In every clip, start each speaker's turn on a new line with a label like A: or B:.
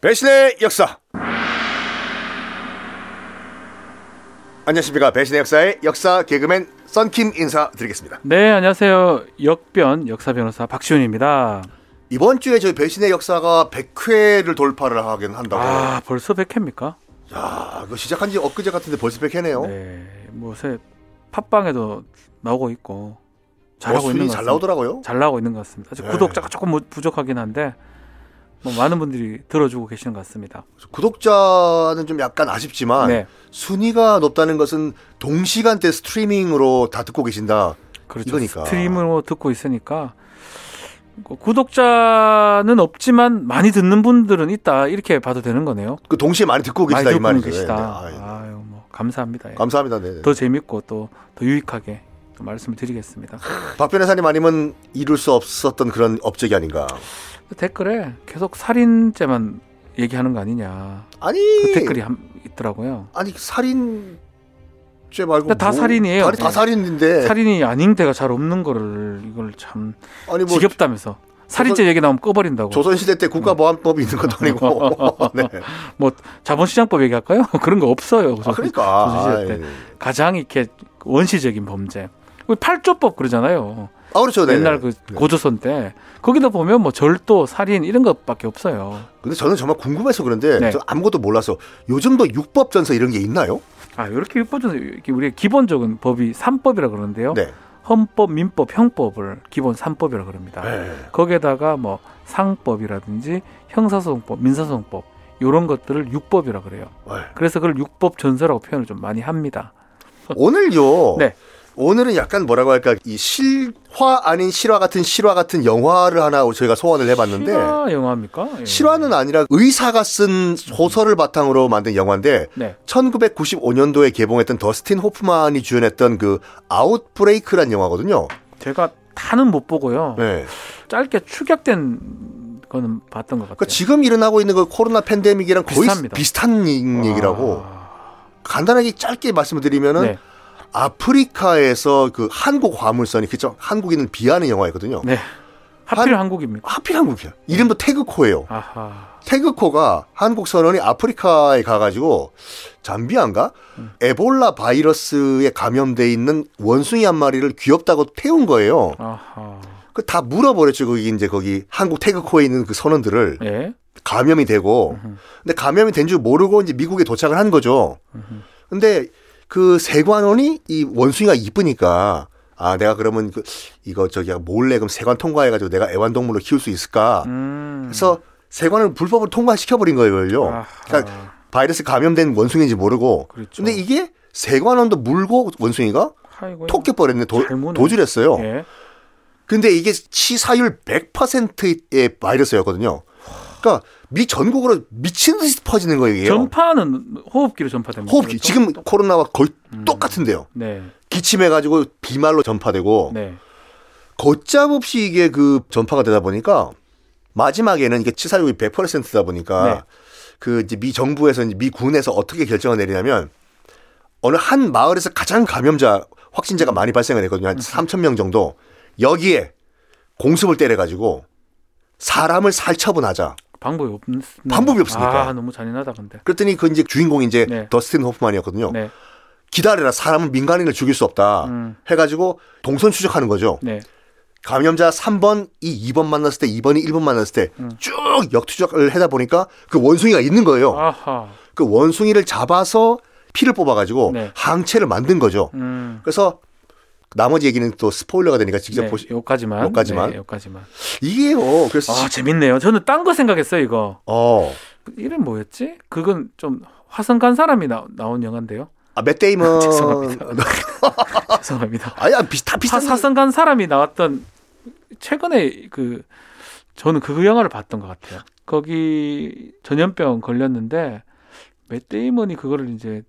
A: 배신의 역사. 안녕하십니까 배신의 역사의 역사 개그맨 썬킴 인사드리겠습니다.
B: 네, 안녕하세요. 역변 역사 변호사 박시훈입니다.
A: 이번 주에 저희 배신의 역사가 100회를 돌파를 하긴 한다고.
B: 아, 벌써 100회입니까?
A: 야, 이거 시작한 지 엊그제 같은데 벌써 100회네요.
B: 네. 뭐 요새 팟빵에도 나오고 있고
A: 어,
B: 잘하고
A: 순위
B: 있는 것
A: 잘
B: 같습니다.
A: 나오더라고요.
B: 잘 나오고 있는 것 같습니다. 아직
A: 네.
B: 구독자가 조금 무- 부족하긴 한데 뭐 많은 분들이 들어주고 계시는 것 같습니다.
A: 구독자는 좀 약간 아쉽지만
B: 네.
A: 순위가 높다는 것은 동시간대 스트리밍으로 다 듣고 계신다.
B: 그렇죠.
A: 이거니까.
B: 스트림으로 듣고 있으니까 그 구독자는 없지만 많이 듣는 분들은 있다 이렇게 봐도 되는 거네요.
A: 그 동시에 많이 듣고
B: 많이
A: 계시다 이
B: 듣고
A: 말이죠.
B: 계시다.
A: 네, 네. 아,
B: 아유, 뭐 감사합니다. 예.
A: 감사합니다. 네. 네.
B: 더 재밌고 또 더 유익하게 또 말씀을 드리겠습니다.
A: 박 변호사님 아니면 이룰 수 없었던 그런 업적이 아닌가.
B: 그 댓글에 계속 살인죄만 얘기하는 거 아니냐
A: 아니.
B: 그 댓글이 한- 있더라고요.
A: 아니 살인죄 말고 뭐
B: 근데 다 살인이에요.
A: 다, 다
B: 네.
A: 살인인데.
B: 살인이 아닌 데가 잘 없는 거를 이걸 참
A: 아니 뭐
B: 지겹다면서 살인죄 얘기 나오면 꺼버린다고.
A: 조선시대 때 국가보안법이 있는 것도 아니고. 네.
B: 뭐 자본시장법 얘기할까요? 그런 거 없어요.
A: 아, 그러니까.
B: 조선시대 때.
A: 아이.
B: 가장 이렇게 원시적인 범죄. 우리 팔조법 그러잖아요.
A: 아 그렇죠. 네.
B: 옛날 그
A: 네.
B: 고조선 때 거기다 보면 뭐 절도, 살인 이런 것밖에 없어요.
A: 근데 저는 정말 궁금해서 그런데
B: 네.
A: 저 아무것도 몰라서 요즘도 육법전서 이런 게 있나요?
B: 아 이렇게 율법은 이렇게 우리의 기본적인 법이 삼법이라 그러는데요.
A: 네.
B: 헌법, 민법, 형법을 기본 삼법이라 그럽니다.
A: 네.
B: 거기에다가 뭐 상법이라든지 형사소송법, 민사소송법 이런 것들을 육법이라 그래요.
A: 네.
B: 그래서 그걸 육법 전서라고 표현을 좀 많이 합니다.
A: 오늘요.
B: 네.
A: 오늘은 약간 뭐라고 할까 이 실화 아닌 실화 같은 실화 같은 영화를 하나 저희가 소환을 네, 해봤는데
B: 실화 영화입니까? 예.
A: 음. 실화는 아니라 의사가 쓴 소설을 바탕으로 만든 영화인데
B: 네.
A: 1995년도에 개봉했던 더스틴 호프만이 주연했던 그 아웃브레이크란 영화거든요.
B: 제가 다는 못 보고요.
A: 네.
B: 짧게 축약된 거는 봤던 것 같아요.
A: 그러니까 지금 일어나고 있는 그 코로나 팬데믹이랑 거의
B: 그렇죠. 비슷합니다.
A: 비슷한 이- 얘기라고
B: 아,
A: 간단하게 짧게 말씀드리면은
B: 네.
A: 아프리카에서 그 한국 화물선이 그죠 한국인을 비하는 영화였거든요.
B: 네. 하필 한국입니까?
A: 하필 한국이야. 이름도 태그코예요.
B: 아하.
A: 태그코가 한국 선원이 아프리카에 가가지고 잠비안가
B: 음.
A: 에볼라 바이러스에 감염돼 있는 원숭이 한 마리를 귀엽다고 태운 거예요.
B: 아하.
A: 그 다 물어버렸죠. 거기 이제 거기 한국 태그코에 있는 그 선원들을
B: 예.
A: 감염이 되고 근데 감염이 된 줄 모르고 이제 미국에 도착을 한 거죠. 근데 그 세관원이 이 원숭이가 이쁘니까 아 내가 그러면 그 이거 저기 몰래 그럼 세관 통과해가지고 내가 애완동물로 키울 수 있을까?
B: 음.
A: 그래서 세관을 불법으로 통과시켜 버린 거예요.
B: 아하.
A: 그러니까 바이러스 감염된 원숭이인지 모르고.
B: 그렇죠.
A: 근데 이게 세관원도 물고 원숭이가
B: 아이고야.
A: 토끼 버렸네
B: 잘
A: 도,
B: 무네.
A: 도주했어요.
B: 예.
A: 근데 이게 치사율 100%의 바이러스였거든요. 그러니까 미 전국으로 미친 듯이 퍼지는 거예요. 이게요.
B: 전파는 호흡기로 전파됩니다.
A: 호흡기
B: 그렇죠? 음.
A: 지금 코로나와 거의 똑같은데요.
B: 네.
A: 기침해가지고 비말로 전파되고
B: 네.
A: 걷잡 없이 이게 그 전파가 되다 보니까 마지막에는 이게 치사율이 100%다 보니까
B: 네.
A: 그 이제 미 정부에서 이제 미 군에서 어떻게 결정을 내리냐면 어느 한 마을에서 가장 감염자 확진자가 많이 발생을 했거든요. 한 3천 명 정도. 여기에 공습을 때려 가지고 사람을 살처분하자.
B: 방법이 없
A: 방법이 없으니까.
B: 아, 너무 잔인하다 근데.
A: 그랬더니 그 이제 주인공이 이제
B: 네.
A: 더스틴 호프만이었거든요.
B: 네.
A: 기다려라. 사람은 민간인을 죽일 수 없다.
B: 음.
A: 해 가지고 동선 추적하는 거죠.
B: 네.
A: 감염자 3번, 이 2번 만났을 때, 2번이 1번 만났을
B: 음.
A: 때 쭉 역투적을 하다 보니까 그 원숭이가 있는 거예요.
B: 아하.
A: 그 원숭이를 잡아서 피를 뽑아가지고
B: 네.
A: 항체를 만든 거죠.
B: 음.
A: 그래서 나머지 얘기는 또 스포일러가 되니까 직접
B: 네,
A: 보시.
B: 여기까지만.
A: 여기까지만.
B: 네, 여기까지만.
A: 이게 뭐 그래서
B: 아,
A: 시-
B: 재밌네요. 저는 딴 거 생각했어요, 이거. 그
A: 어,
B: 이름 뭐였지? 그건 좀 화성 간 사람이 나, 나온 영화인데요.
A: 아, 맷 데이먼.
B: 죄송합니다. 죄송합니다.
A: 아야 비슷 다 비슷한.
B: 사, 성간 사람이 나왔던 최근에 그 저는 그 영화를 봤던 것 같아요. 거기 전염병 걸렸는데 맷 데이먼이 그거를 이제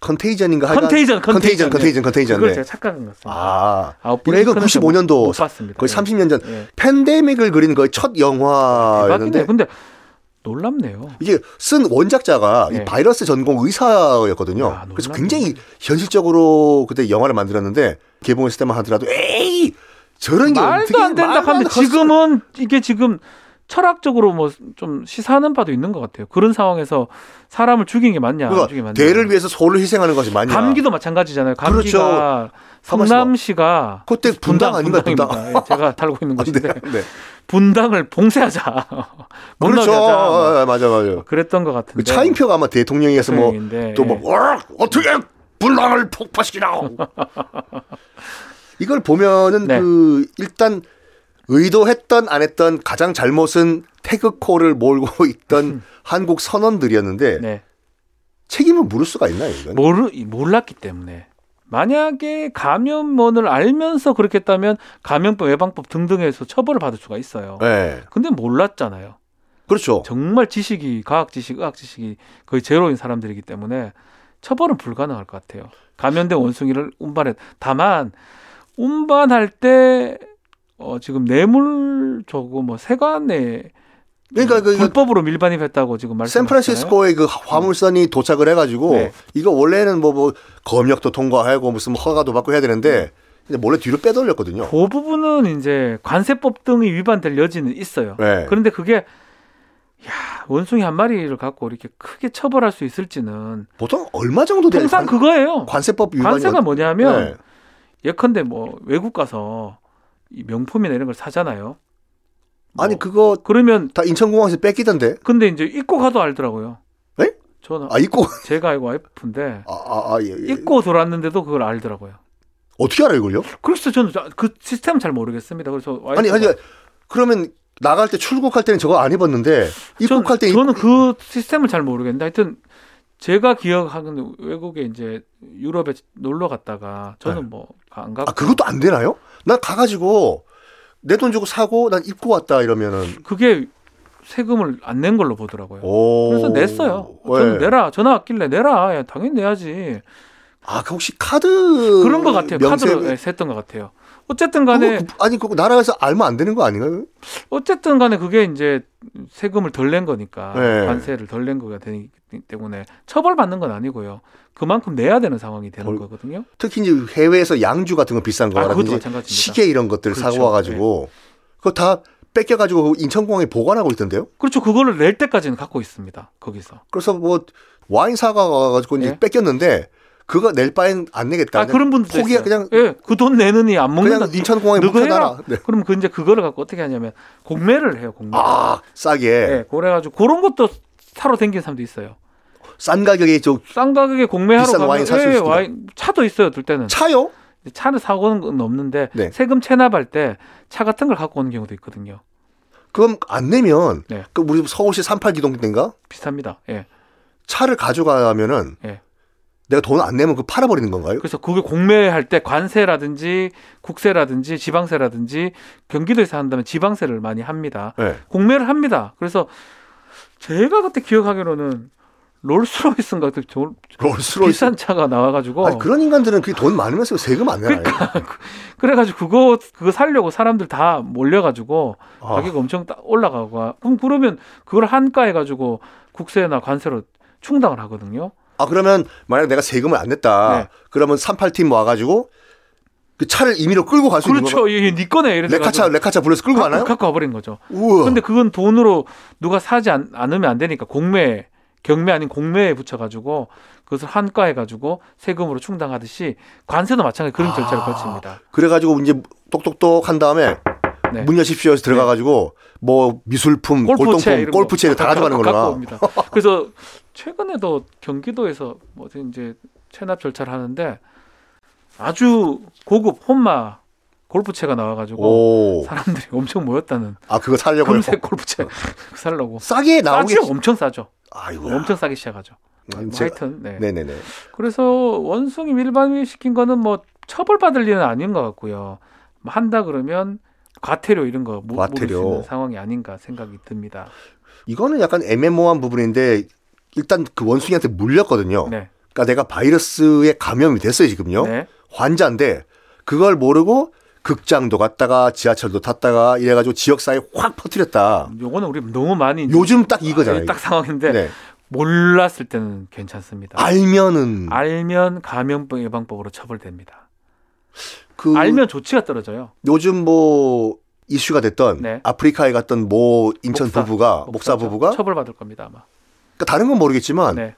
A: 컨테이전인가 하여간-
B: 컨테이전
A: 컨테이전,
B: 컨테이전
A: 컨테이전, 컨테이전.
B: 그걸
A: 네.
B: 제가 착각한 것 같습니다.
A: 아,
B: 아웃브레이크는
A: 이거 95년도
B: 못 봤습니다.
A: 거의 30년 아, 전
B: 예.
A: 팬데믹을 그린 거의 첫 영화였는데
B: 대박이네요. 근데 놀랍네요.
A: 이게 쓴 원작자가 이
B: 네.
A: 바이러스 전공 의사였거든요.
B: 아,
A: 그래서
B: 놀랍네.
A: 굉장히 현실적으로 그때 영화를 만들었는데 개봉했을 때만 하더라도 에이 저런 게
B: 말도 안 된다
A: 말도 안
B: 하면
A: 컸어.
B: 지금은 이게 지금 철학적으로 뭐 좀 시사하는 바도 있는 것 같아요. 그런 상황에서 사람을 죽인 게 맞냐, 안 죽인 게
A: 그러니까
B: 맞냐.
A: 대를 위해서 소를 희생하는 것이 맞냐.
B: 감기도 마찬가지잖아요. 감기가
A: 가만있어 봐.
B: 성남시가
A: 그때 분당 아닌가 분당.
B: 분당입니다. 예, 제가 달고 있는
A: 아, 네.
B: 곳인데
A: 네.
B: 분당을 봉쇄하자. 못
A: 그렇죠.
B: 나게 하자. 뭐
A: 아, 아, 맞아 맞아.
B: 그랬던 것
A: 그
B: 같은데. 네.
A: 차인표가 아마 대통령이어서
B: 대통령인데,
A: 뭐또뭐 어떻게 분란을 폭파시키나. 이걸 보면은
B: 네.
A: 그 일단 의도했던 안 했던 가장 잘못은 태극호를 몰고 있던 한국 선원들이었는데
B: 네.
A: 책임을 물을 수가 있나요 이건?
B: 모르 몰랐기 때문에 만약에 감염원을 알면서 그렇게 했다면 감염법 예방법 등등에서 처벌을 받을 수가 있어요.
A: 네.
B: 근데 몰랐잖아요.
A: 그렇죠.
B: 정말 지식이 과학 지식, 의학 지식이 거의 제로인 사람들이기 때문에 처벌은 불가능할 것 같아요. 감염된 원숭이를 운반했. 다만 운반할 때 어, 지금 뇌물 저거 뭐 세관에
A: 그러니까 그
B: 불법으로 밀반입했다고 지금 말씀.
A: 샌프란시스코에 그 화물선이 도착을 해가지고
B: 네.
A: 이거 원래는 뭐, 뭐 검역도 통과하고 무슨 허가도 받고 해야 되는데 근데 몰래 뒤로 빼돌렸거든요.
B: 그 부분은 이제 관세법 등이 위반될 여지는 있어요.
A: 네.
B: 그런데 그게 야 원숭이 한 마리를 갖고 이렇게 크게 처벌할 수 있을지는
A: 보통 얼마 정도 되는
B: 통상
A: 관,
B: 그거예요.
A: 관세법 위반이
B: 관세가
A: 어떤-
B: 뭐냐면
A: 네.
B: 예컨대 뭐 외국 가서 이 명품이나 이런 걸 사잖아요. 뭐
A: 아니 그거
B: 그러면
A: 다 인천공항에서 뺏기던데.
B: 근데 이제 입고 가도 알더라고요.
A: 에?
B: 저는
A: 아 입고
B: 제가 알고 와이프인데
A: 아, 아, 아, 예, 예.
B: 입고 돌았는데도 그걸 알더라고요.
A: 어떻게 알아요 이걸요?
B: 그래서 저는 그 시스템 잘 모르겠습니다. 뭐. 그래서 와이프가
A: 아니 아니 그러면 나갈 때 출국할 때는 저거 안 입었는데 입국할 때
B: 전,
A: 입-
B: 저는 그 시스템을 잘 모르겠는데 하여튼 제가 기억하는 외국에 이제 유럽에 놀러 갔다가 저는 뭐 안 가고
A: 아 그것도 안 되나요? 난 가가지고 내 돈 주고 사고 난 입고 왔다 이러면은
B: 그게 세금을 안 낸 걸로 보더라고요.
A: 오.
B: 그래서 냈어요. 저는
A: 네.
B: 내라. 전화 왔길래 내라. 야, 당연히 내야지.
A: 아, 그 혹시 카드
B: 그런 것 같아요.
A: 명세비-
B: 카드로 네, 셌던 것 같아요. 어쨌든
A: 그거
B: 간에
A: 그- 아니 그거 나라에서 알면 안 되는 거 아닌가요?
B: 어쨌든 간에 그게 이제 세금을 덜 낸 거니까
A: 네.
B: 관세를 덜 낸 거가 되기 때문에 처벌받는 건 아니고요. 그만큼 내야 되는 상황이 되는
A: 벌-
B: 거거든요.
A: 특히 이제 해외에서 양주 같은 거 비싼
B: 아, 그것도
A: 거라든지
B: 마찬가지입니다.
A: 시계 이런 것들
B: 그렇죠.
A: 사고 와가지고 그거 다 뺏겨가지고 인천공항에 보관하고 있던데요.
B: 그렇죠. 그거를 낼 때까지는 갖고 있습니다. 거기서.
A: 그래서 뭐 와인 사가가지고 이제
B: 예.
A: 뺏겼는데 그거 낼 바엔 안 내겠다.
B: 아,
A: 그냥
B: 그런 분들
A: 포기해 그냥
B: 예, 그 돈 내느니 안 먹는다.
A: 그냥 인천공항에
B: 너그
A: 묵혀놔라. 네.
B: 그럼 그 이제 그거를 갖고 어떻게 하냐면 공매를 해요. 공매.
A: 아 싸게
B: 예, 그래가지고 그런 것도 사러 댕기는 사람도 있어요.
A: 싼 가격에 저
B: 싼 가격에 공매하러
A: 비싼
B: 가면
A: 와인 살수
B: 예,
A: 있습니다.
B: 와인, 차도 있어요. 둘 때는
A: 차요?
B: 차를 사고는 건 없는데
A: 네.
B: 세금 체납할 때 차 같은 걸 갖고 오는 경우도 있거든요.
A: 그럼 안 내면
B: 네.
A: 그 우리 서울시 38기동대인가
B: 비슷합니다. 예.
A: 차를 가져가면은
B: 예.
A: 내가 돈 안 내면 그 팔아버리는 건가요?
B: 그래서 그게 공매할 때 관세라든지 국세라든지 지방세라든지 경기도에서 한다면 지방세를 많이 합니다.
A: 예.
B: 공매를 합니다. 그래서 제가 그때 기억하기로는 롤스로이스인가 그 조-
A: 롤스로이스.
B: 비싼 차가 나와가지고
A: 아니, 그런 인간들은 그게 돈 많으면서 세금 안 내나요?
B: 그러니까. 그래가지고 그거 그거 살려고 사람들 다 몰려가지고
A: 아,
B: 가격 이 엄청 따- 올라가고 그럼 그러면 그걸 한가해 가지고 국세나 관세로 충당을 하거든요.
A: 아, 그러면 만약 내가 세금을 안 냈다.
B: 네.
A: 그러면 38팀 와가지고 그 차를 임의로 끌고 갈 수 있는 거
B: 그렇죠. 이게 네 거네 이래서
A: 레카차
B: 가지고
A: 레카차 불러서 끌고 가나요?
B: 갖고 와버린 거죠.
A: 우와.
B: 근데 그건 돈으로 누가 사지 않, 으면안 되니까 공매 경매 아닌 공매에 붙여가지고 그것을 한가해 가지고 세금으로 충당하듯이 관세도 마찬가지 그런 절차를
A: 아.
B: 거칩니다.
A: 그래가지고 이제 똑똑똑 한 다음에
B: 네.
A: 문 여십시오 해서 들어가가지고 뭐 미술품,
B: 골프채
A: 골동품,
B: 이런
A: 골프채 다 가져가는
B: 거고
A: 거구나.
B: 옵니다. 그래서 최근에도 경기도에서 뭐 이제 체납 절차를 하는데 아주 고급 혼마 골프채가 나와가지고
A: 오.
B: 사람들이 엄청 모였다는
A: 아, 그거 사려고 요
B: 금색 골프채 살라고
A: 싸게 뭐. 나오게.
B: 싸죠 엄청 싸죠
A: 아이고.
B: 엄청 싸게 시작하죠 뭐
A: 제...
B: 하여튼 네.
A: 네네네.
B: 그래서 원숭이 밀반위 시킨 거는 뭐 처벌받을 일은 아닌 것 같고요 뭐 한다 그러면 과태료 이런 거 물- 물을 수
A: 과태료.
B: 있는 상황이 아닌가 생각이 듭니다
A: 이거는 약간 애매모호한 부분인데 일단 그 원숭이한테 물렸거든요.
B: 네.
A: 그러니까 내가 바이러스에 감염이 됐어요 지금요.
B: 네.
A: 환자인데 그걸 모르고 극장도 갔다가 지하철도 탔다가 이래가지고 지역 사회 확 퍼뜨렸다.
B: 요거는 우리 너무 많이 이제
A: 요즘 딱 이거잖아요.
B: 딱
A: 이거.
B: 상황인데
A: 네.
B: 몰랐을 때는 괜찮습니다.
A: 알면은
B: 아, 알면 감염병 예방법으로 처벌됩니다.
A: 그
B: 알면 조치가 떨어져요.
A: 요즘 뭐 이슈가 됐던
B: 네.
A: 아프리카에 갔던 모 인천
B: 목사,
A: 부부가 아, 목사
B: 목사죠.
A: 부부가
B: 처벌받을 겁니다 아마.
A: 그러니까 다른 건 모르겠지만
B: 네.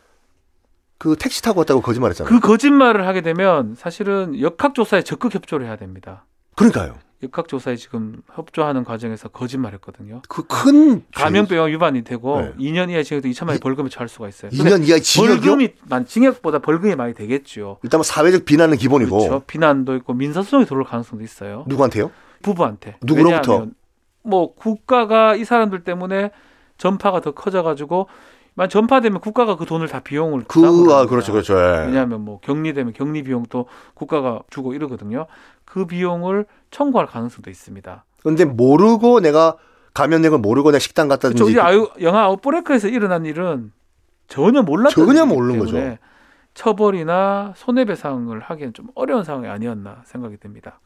A: 그 택시 타고 왔다고 거짓말했잖아요.
B: 그 거짓말을 하게 되면 사실은 역학조사에 적극 협조를 해야 됩니다.
A: 그, 러니까요
B: 역학조사에 지금 협조하는 과정에서 거짓말했거든요.
A: 그큰
B: 감염병 유반이 되고
A: 네. 2년
B: 2년 이하 징역 2천만
A: 이-
B: 원 벌금에 처할 수가 있어요. 근데
A: 2년 네. 이하 징역이요.
B: 벌금이 난 징역보다 벌금이 많이 되겠죠.
A: 일단 뭐 사회적 비난은 기본이고
B: 그렇죠. 비난도 있고 민사소송이 들어올 가능성도 있어요.
A: 누구한테요?
B: 부부한테.
A: 누구로부터?
B: 왜냐하면 뭐 국가가 이 사람들 때문에 전파가 더 커져가지고 만 전파되면 국가가 그 돈을 다 비용을 부담을
A: 그아
B: 합니다.
A: 그렇죠 그렇죠. 예.
B: 왜냐하면 뭐 격리되면 격리 비용도 국가가 주고 이러거든요. 그 비용을 청구할 가능성도 있습니다.
A: 근데 모르고 내가 감염된 걸 모르고 내가 식당 갔다든지
B: 그렇죠. 우리 아유, 영화 아웃브레이크에서 일어난 일은 전혀 몰랐던
A: 전혀
B: 일이기
A: 모르는
B: 때문에 처벌이나 손해배상을 하기엔 좀 어려운 상황이 아니었나 생각이 듭니다.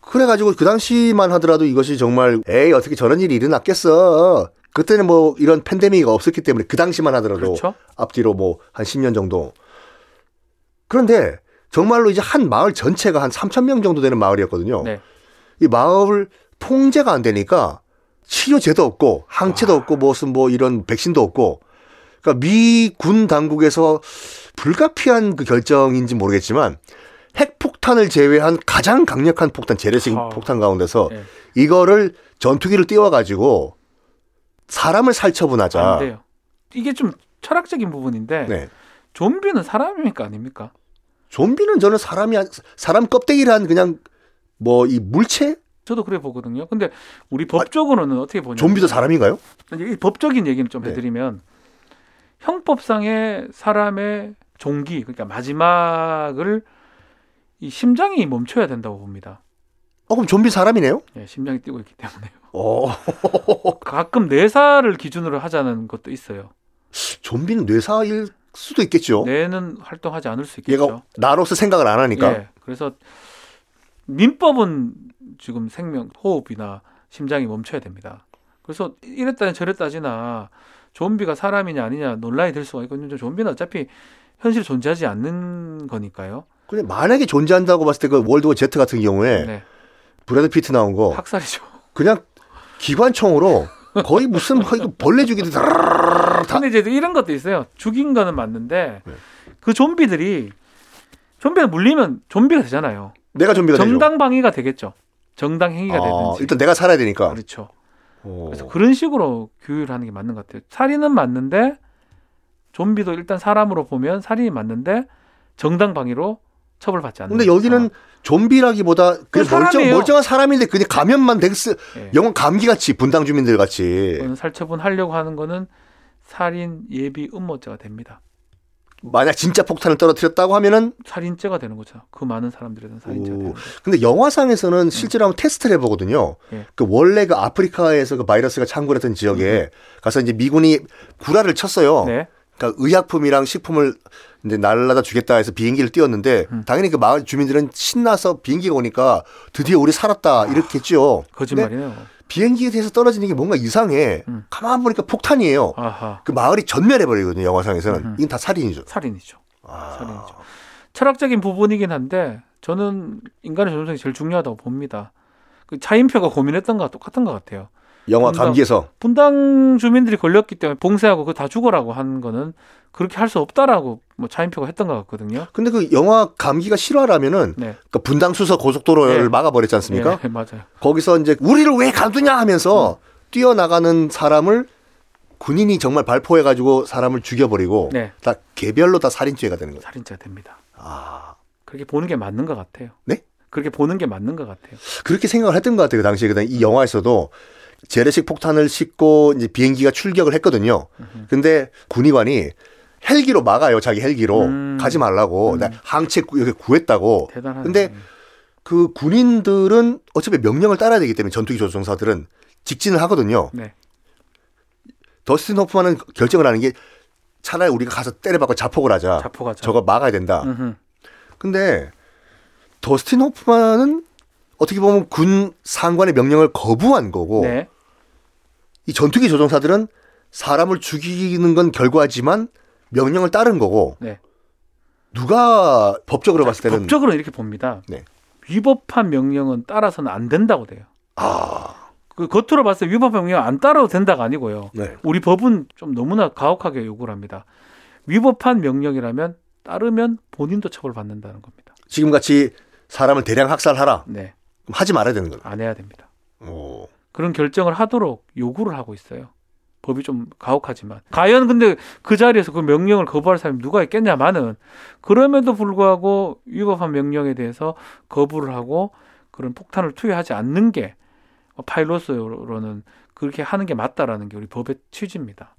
A: 그래가지고 그 당시만 하더라도 이것이 정말 에이 어떻게 저런 일이 일어났겠어. 그때는 뭐 이런 팬데믹이 없었기 때문에 그 당시만 하더라도
B: 그렇죠?
A: 앞뒤로 뭐 한 10년 정도. 그런데 정말로 이제 한 마을 전체가 한 3천 명 정도 되는 마을이었거든요.
B: 네.
A: 이 마을 통제가 안 되니까 치료제도 없고 항체도
B: 와.
A: 없고 무슨 뭐 이런 백신도 없고 그러니까 미 군 당국에서 불가피한 그 결정인지 모르겠지만 핵폭탄을 제외한 가장 강력한 폭탄 재래식
B: 아.
A: 폭탄 가운데서
B: 네.
A: 이거를 전투기를 띄워 가지고 사람을
B: 안
A: 살처분하자.
B: 돼요. 이게 좀 철학적인 부분인데
A: 네.
B: 좀비는 사람입니까 아닙니까?
A: 좀비는 저는 사람이 한- 사람 껍데기란 그냥 뭐 이 물체
B: 저도 그래 보거든요. 근데 우리 법적으로는 어떻게 보냐?
A: 아, 좀비도 사람인가요?
B: 이제 이 법적인 얘기는 좀
A: 네.
B: 해드리면 형법상의 사람의 종기 그러니까 마지막을 이 심장이 멈춰야 된다고 봅니다.
A: 어 그럼 좀비 사람이네요?
B: 예, 심장이 뛰고 있기 때문에
A: 어
B: 가끔 뇌사를 기준으로 하자는 것도 있어요.
A: 좀비는 뇌사일 수도 있겠죠.
B: 뇌는 활동하지 않을 수 네, 있겠죠.
A: 얘가 나로서 생각을 안 하니까.
B: 예, 그래서 민법은 지금 생명, 호흡이나 심장이 멈춰야 됩니다. 그래서 이랬다 저랬다지나 좀비가 사람이냐 아니냐 논란이 될 수가 있거든요. 좀비는 어차피 현실 존재하지 않는 거니까요.
A: 근데 만약에 존재한다고 봤을 때 그 월드워 Z 같은 경우에
B: 네,
A: 브래드 피트 나온 거
B: 학살이죠.
A: 그냥 기관총으로 거의 무슨 거의 그 벌레 죽이듯 다르르르르 다
B: 근데 이제 이런 것도 있어요. 죽인 거는 맞는데
A: 네.
B: 그 좀비들이 좀비가 물리면 좀비가 되잖아요.
A: 내가 좀비가 되죠.
B: 정당 방위가 되겠죠. 정당 행위가
A: 아,
B: 되든지.
A: 일단 내가 살아야 되니까.
B: 그렇죠.
A: 어.
B: 그래서 그런 식으로 규율하는 게 맞는 것 같아요. 살인은 맞는데 좀비도 일단 사람으로 보면 살인이 맞는데 정당 방위로 처벌받지 않는. 아,
A: 근데 여기는 좀비라기보다 그냥 멀쩡,
B: 사람이에요.
A: 멀쩡한 사람인데 그냥 감염만 덱스
B: 상황. 예.
A: 영원 감기같이 분당 주민들 같이
B: 그거는 살처분 하려고 하는 거는 살인 예비 음모죄가 됩니다.
A: 만약 진짜 폭탄을 떨어뜨렸다고 하면은
B: 살인죄가 되는 거죠. 그 많은 사람들에 대한 살인죄가
A: 오.
B: 되는 거죠.
A: 근데 영화상에서는 실제로 한번 테스트를 해보거든요.
B: 음. 예.
A: 그 원래 그 아프리카에서 그 바이러스가 창궐했던 지역에 가서 이제 미군이 구라를 쳤어요.
B: 음. 네.
A: 그러니까 의약품이랑 식품을 이제 날라다 주겠다 해서 비행기를 띄웠는데
B: 음.
A: 당연히 그 마을 주민들은 신나서 비행기가 오니까 드디어 우리 살았다 이렇게 했죠. 근데
B: 아, 거짓말이네요.
A: 비행기에 대해서 떨어지는 게 뭔가 이상해.
B: 음.
A: 가만 보니까 폭탄이에요.
B: 아하.
A: 그 마을이 전멸해 버리거든요. 영화상에서는
B: 음.
A: 이건 다 살인이죠.
B: 살인이죠.
A: 아.
B: 살인이죠. 철학적인 부분이긴 한데 저는 인간의 존엄성이 제일 중요하다고 봅니다. 그 차인표가 고민했던 거와 똑같은 것 같아요.
A: 영화
B: 뭔가-
A: 감기에서
B: 분당 주민들이 걸렸기 때문에 봉쇄하고 그 다 죽어라고 한 거는 그렇게 할 수 없다라고 뭐 차인표가 했던 것 같거든요.
A: 근데 그 영화 감기가 실화라면은
B: 네.
A: 그 분당 수서 고속도로를
B: 네.
A: 막아버렸지 않습니까?
B: 예, 맞아요.
A: 거기서 이제 우리를 왜 가두냐 하면서
B: 음.
A: 뛰어나가는 사람을 군인이 정말 발포해가지고 사람을 죽여버리고
B: 네.
A: 다 개별로 다 살인죄가 되는 거죠.
B: 살인죄가 됩니다.
A: 아
B: 그렇게 보는 게 맞는 것 같아요.
A: 네?
B: 그렇게 보는 게 맞는 것 같아요.
A: 그렇게 생각을 했던 것 같아요. 그 당시에 그다음 이 영화에서도 재래식 폭탄을 싣고 이제 비행기가 출격을 했거든요. 근데 군의관이 헬기로 막아요. 자기 헬기로
B: 음.
A: 가지 말라고
B: 음. 네.
A: 나 항체 구- 이렇게 구했다고.
B: 대단한.
A: 근데 그 군인들은 어차피 명령을 따라야 되기 때문에 전투기 조종사들은 직진을 하거든요.
B: 네.
A: 더스틴 호프만은 결정을 하는 게 차라리 우리가 가서 때려박고 자폭을 하자.
B: 자포가 자-
A: 저거 막아야 된다.
B: 음흠.
A: 근데 더스틴 호프만은 어떻게 보면 군 상관의 명령을 거부한 거고
B: 네.
A: 이 전투기 조종사들은 사람을 죽이는 건 결과지만 명령을 따른 거고
B: 네.
A: 누가 법적으로 봤을 때는
B: 법적으로 이렇게 봅니다.
A: 네.
B: 위법한 명령은 따라서는 안 된다고 돼요.
A: 아,
B: 그 겉으로 봤을 때 위법행위가 안 따라도 된다가 아니고요.
A: 네.
B: 우리 법은 좀 너무나 가혹하게 요구를 합니다. 위법한 명령이라면 따르면 본인도 처벌받는다는 겁니다.
A: 지금 같이 사람을 대량 학살하라.
B: 네,
A: 그럼 하지 말아야 되는 거예요. 어.
B: 안 해야 됩니다.
A: 오.
B: 그런 결정을 하도록 요구를 하고 있어요. 법이 좀 가혹하지만 과연 근데 그 자리에서 그 명령을 거부할 사람이 누가 있겠냐마는 그럼에도 불구하고 위법한 명령에 대해서 거부를 하고 그런 폭탄을 투여하지 않는 게 파일로서로는 그렇게 하는 게 맞다라는 게 우리 법의 취지입니다.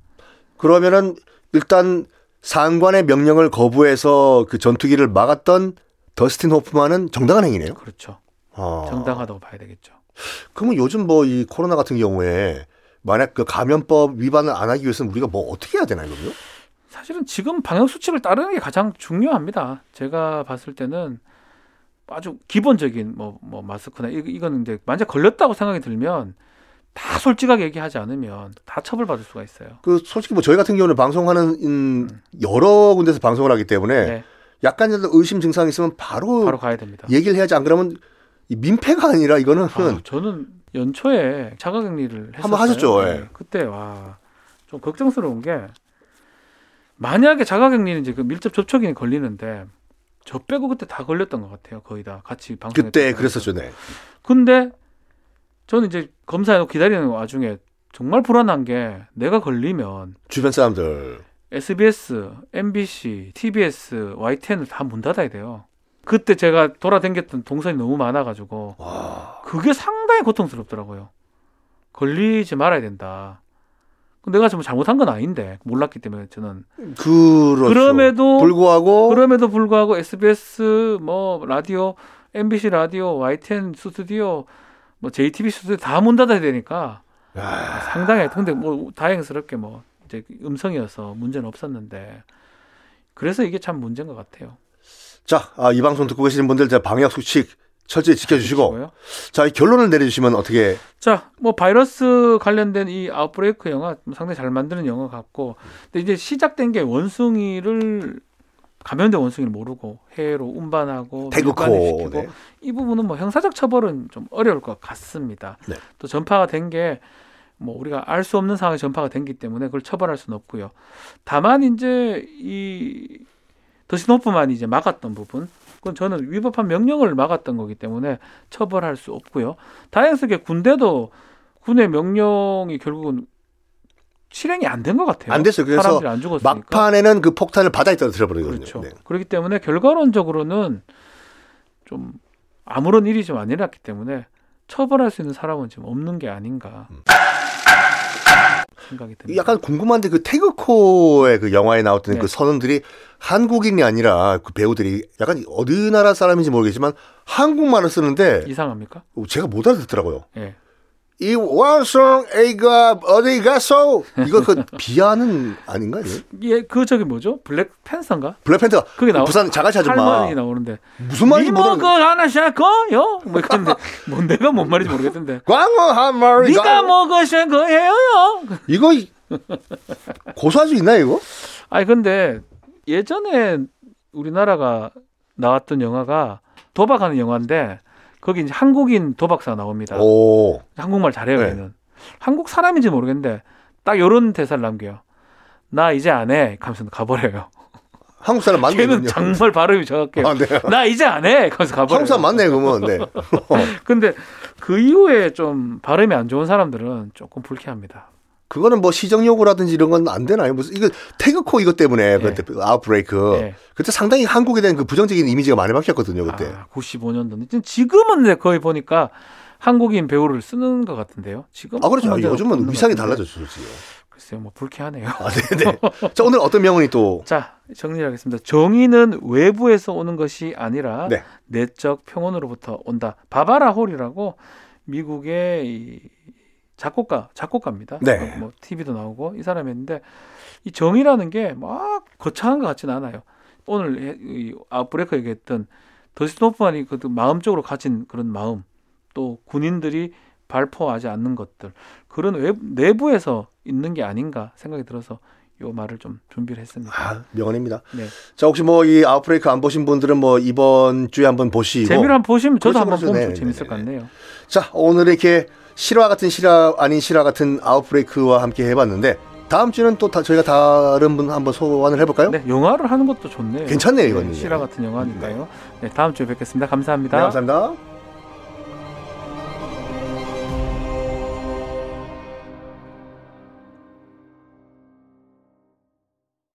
A: 그러면은 일단 상관의 명령을 거부해서 그 전투기를 막았던 더스틴 호프만은 정당한 행위네요.
B: 그렇죠.
A: 아.
B: 정당하다고 봐야 되겠죠.
A: 그러면 요즘 뭐 이 코로나 같은 경우에 만약 그 감염법 위반을 안 하기 위해서는 우리가 뭐 어떻게 해야 되나요, 그럼요?
B: 사실은 지금 방역 수칙을 따르는 게 가장 중요합니다. 제가 봤을 때는 아주 기본적인 뭐, 뭐 마스크나 이, 이거는 이제 만약 걸렸다고 생각이 들면 다 솔직하게 얘기하지 않으면 다 처벌받을 수가 있어요.
A: 그 솔직히 뭐 저희 같은 경우는 방송하는 음, 여러 군데서 방송을 하기 때문에
B: 네,
A: 약간이라도 의심 증상이 있으면 바로,
B: 바로 가야 됩니다.
A: 얘기를 해야지 안 그러면 이 민폐가 아니라 이거는
B: 아, 저는 연초에 자가격리를 했었어요.
A: 한번 하셨죠, 예.
B: 네, 그때 와 좀 걱정스러운 게 만약에 자가격리는 이제 그 밀접 접촉인이 걸리는데 저 빼고 그때 다 걸렸던 것 같아요. 거의 다 같이 방송
A: 그때 그랬었죠, 네.
B: 근데 저는 이제 검사해놓고 기다리는 와중에 정말 불안한 게 내가 걸리면
A: 주변 사람들
B: SBS, MBC, TBS, YTN을 다 문 닫아야 돼요. 그때 제가 돌아다녔던 동선이 너무 많아가지고
A: 와,
B: 그게 상당히 고통스럽더라고요. 걸리지 말아야 된다. 내가 정말 잘못한 건 아닌데 몰랐기 때문에 저는
A: 그렇죠.
B: 그럼에도
A: 불구하고
B: 그럼에도 불구하고 SBS 뭐 라디오, MBC 라디오, YTN 스튜디오, 뭐 JTBC 스튜디오 다 문 닫아야 되니까
A: 아,
B: 상당히 근데 뭐 다행스럽게 뭐 이제 음성이어서 문제는 없었는데 그래서 이게 참 문제인 것 같아요.
A: 자, 아, 이 방송 듣고 계시는 분들 제 방역 수칙 철저히 지켜주시고
B: 아, 그리고요.
A: 자, 이 결론을 내려주시면 어떻게
B: 자, 뭐 바이러스 관련된 이 아웃브레이크 영화 뭐 상당히 잘 만드는 영화 같고, 근데 이제 시작된 게 원숭이를 감염된 원숭이를 모르고 해외로 운반하고
A: 태극호
B: 밀반입시키고
A: 네.
B: 이 부분은 뭐 형사적 처벌은 좀 어려울 것 같습니다.
A: 네.
B: 또 전파가 된 게 뭐 우리가 알 수 없는 상황에 전파가 된기 때문에 그걸 처벌할 수는 없고요. 다만 이제 이 더신호프만이 이제 막았던 부분, 그건 저는 위법한 명령을 막았던 거기 때문에 처벌할 수 없고요. 다행스럽게 군대도 군의 명령이 결국은 실행이 안 된 것 같아요.
A: 안 됐어요. 그래서
B: 사람들이 안 죽었으니까.
A: 막판에는 그 폭탄을 바다에 떨어뜨려 버리거든요.
B: 그렇죠.
A: 네.
B: 그렇기 때문에 결과론적으로는 좀 아무런 일이 좀 안 일어났기 때문에 처벌할 수 있는 사람은 지금 없는 게 아닌가 생각이 듭니다.
A: 음. 약간 궁금한데 그 태극호의 그 영화에 나왔던
B: 네.
A: 그 선원들이 한국인이 아니라 그 배우들이 약간 어느 나라 사람인지 모르겠지만 한국말을 쓰는데
B: 예. 이상합니까?
A: 제가 못 알아듣더라고요.
B: 예.
A: 이 원성 A가 어디 갔어? 이거 그 비하는 아닌가요?
B: 예, 그 저기 뭐죠? 블랙 팬서인가?
A: 블랙팬터
B: 그게 나오
A: 부산 자갈치 아줌마
B: 할머니 나오는데
A: 무슨 말인지
B: 니모
A: 모르는
B: 그 하나씩 거요? 뭐 그런데 뭐 내가 뭔 말인지 모르겠던데
A: 광어 한 마리가
B: 니가 뭐- 먹으신 거예요?
A: 이거 이- 고소할 수 있나 이거?
B: 아니 근데 예전에 우리나라가 나왔던 영화가 도박하는 영화인데 거기 이제 한국인 도박사 나옵니다.
A: 오
B: 한국말 잘해요,
A: 네.
B: 얘는. 한국 사람인지 모르겠는데 딱 요런 대사를 남겨요. 나 이제 안 해. 하면서 가버려요.
A: 한국 사람 맞네
B: 걔는
A: 아, 그럼요.
B: 정말 발음이 정확해요.
A: 아, 네.
B: 나 이제 안 해. 하면서 가버려요.
A: 한국 사람 맞네 그러면 네.
B: 근데 그 이후에 좀 발음이 안 좋은 사람들은 조금 불쾌합니다.
A: 그거는 뭐 시정 요구라든지 이런 건 안 되나요? 무슨 이거 태극호 이것 때문에 그때 아웃브레이크
B: 예.
A: 그때 상당히 한국에 대한 그 부정적인 이미지가 많이 바뀌었거든요 그때.
B: 아, 95년도. 지금은 이제 거의 보니까 한국인 배우를 쓰는 것 같은데요. 지금
A: 아 그렇죠. 요즘은 위상이 달라졌죠, 솔직히.
B: 글쎄요, 뭐 불쾌하네요.
A: 아, 네네. 자, 오늘 어떤 명언이 또
B: 자, 정리하겠습니다. 정의는 외부에서 오는 것이 아니라
A: 네.
B: 내적 평온으로부터 온다. 바바라 홀이라고 미국의 이 작곡가, 작곡가입니다.
A: 네.
B: 뭐 TV도 나오고 이 사람이었는데 이 정의라는 게 막 거창한 것 같지는 않아요. 오늘 해- 이 아웃브레이크 얘기했던 더스토프만이 그 마음적으로 가진 그런 마음, 또 군인들이 발포하지 않는 것들 그런 외, 내부에서 있는 게 아닌가 생각이 들어서 요 말을 좀 준비를 했습니다.
A: 아, 명언입니다.
B: 네.
A: 자, 혹시 뭐 이 아웃브레이크 안 보신 분들은 뭐 이번 주에 한번 보시고
B: 재미로 한번 보시면 저도
A: 그렇죠,
B: 한번
A: 그렇죠.
B: 보면 좀
A: 네,
B: 재밌을
A: 네,
B: 것 같네요.
A: 자, 오늘 이렇게 실화 같은 실화 아닌 실화 같은 아웃브레이크와 함께 해봤는데 다음 주는 또 다, 저희가 다른 분 한번 소환을 해볼까요?
B: 네, 영화를 하는 것도 좋네요.
A: 괜찮네요, 이거는.
B: 네, 실화 같은 영화니까요. 네, 다음 주에 뵙겠습니다.
A: 네, 감사합니다.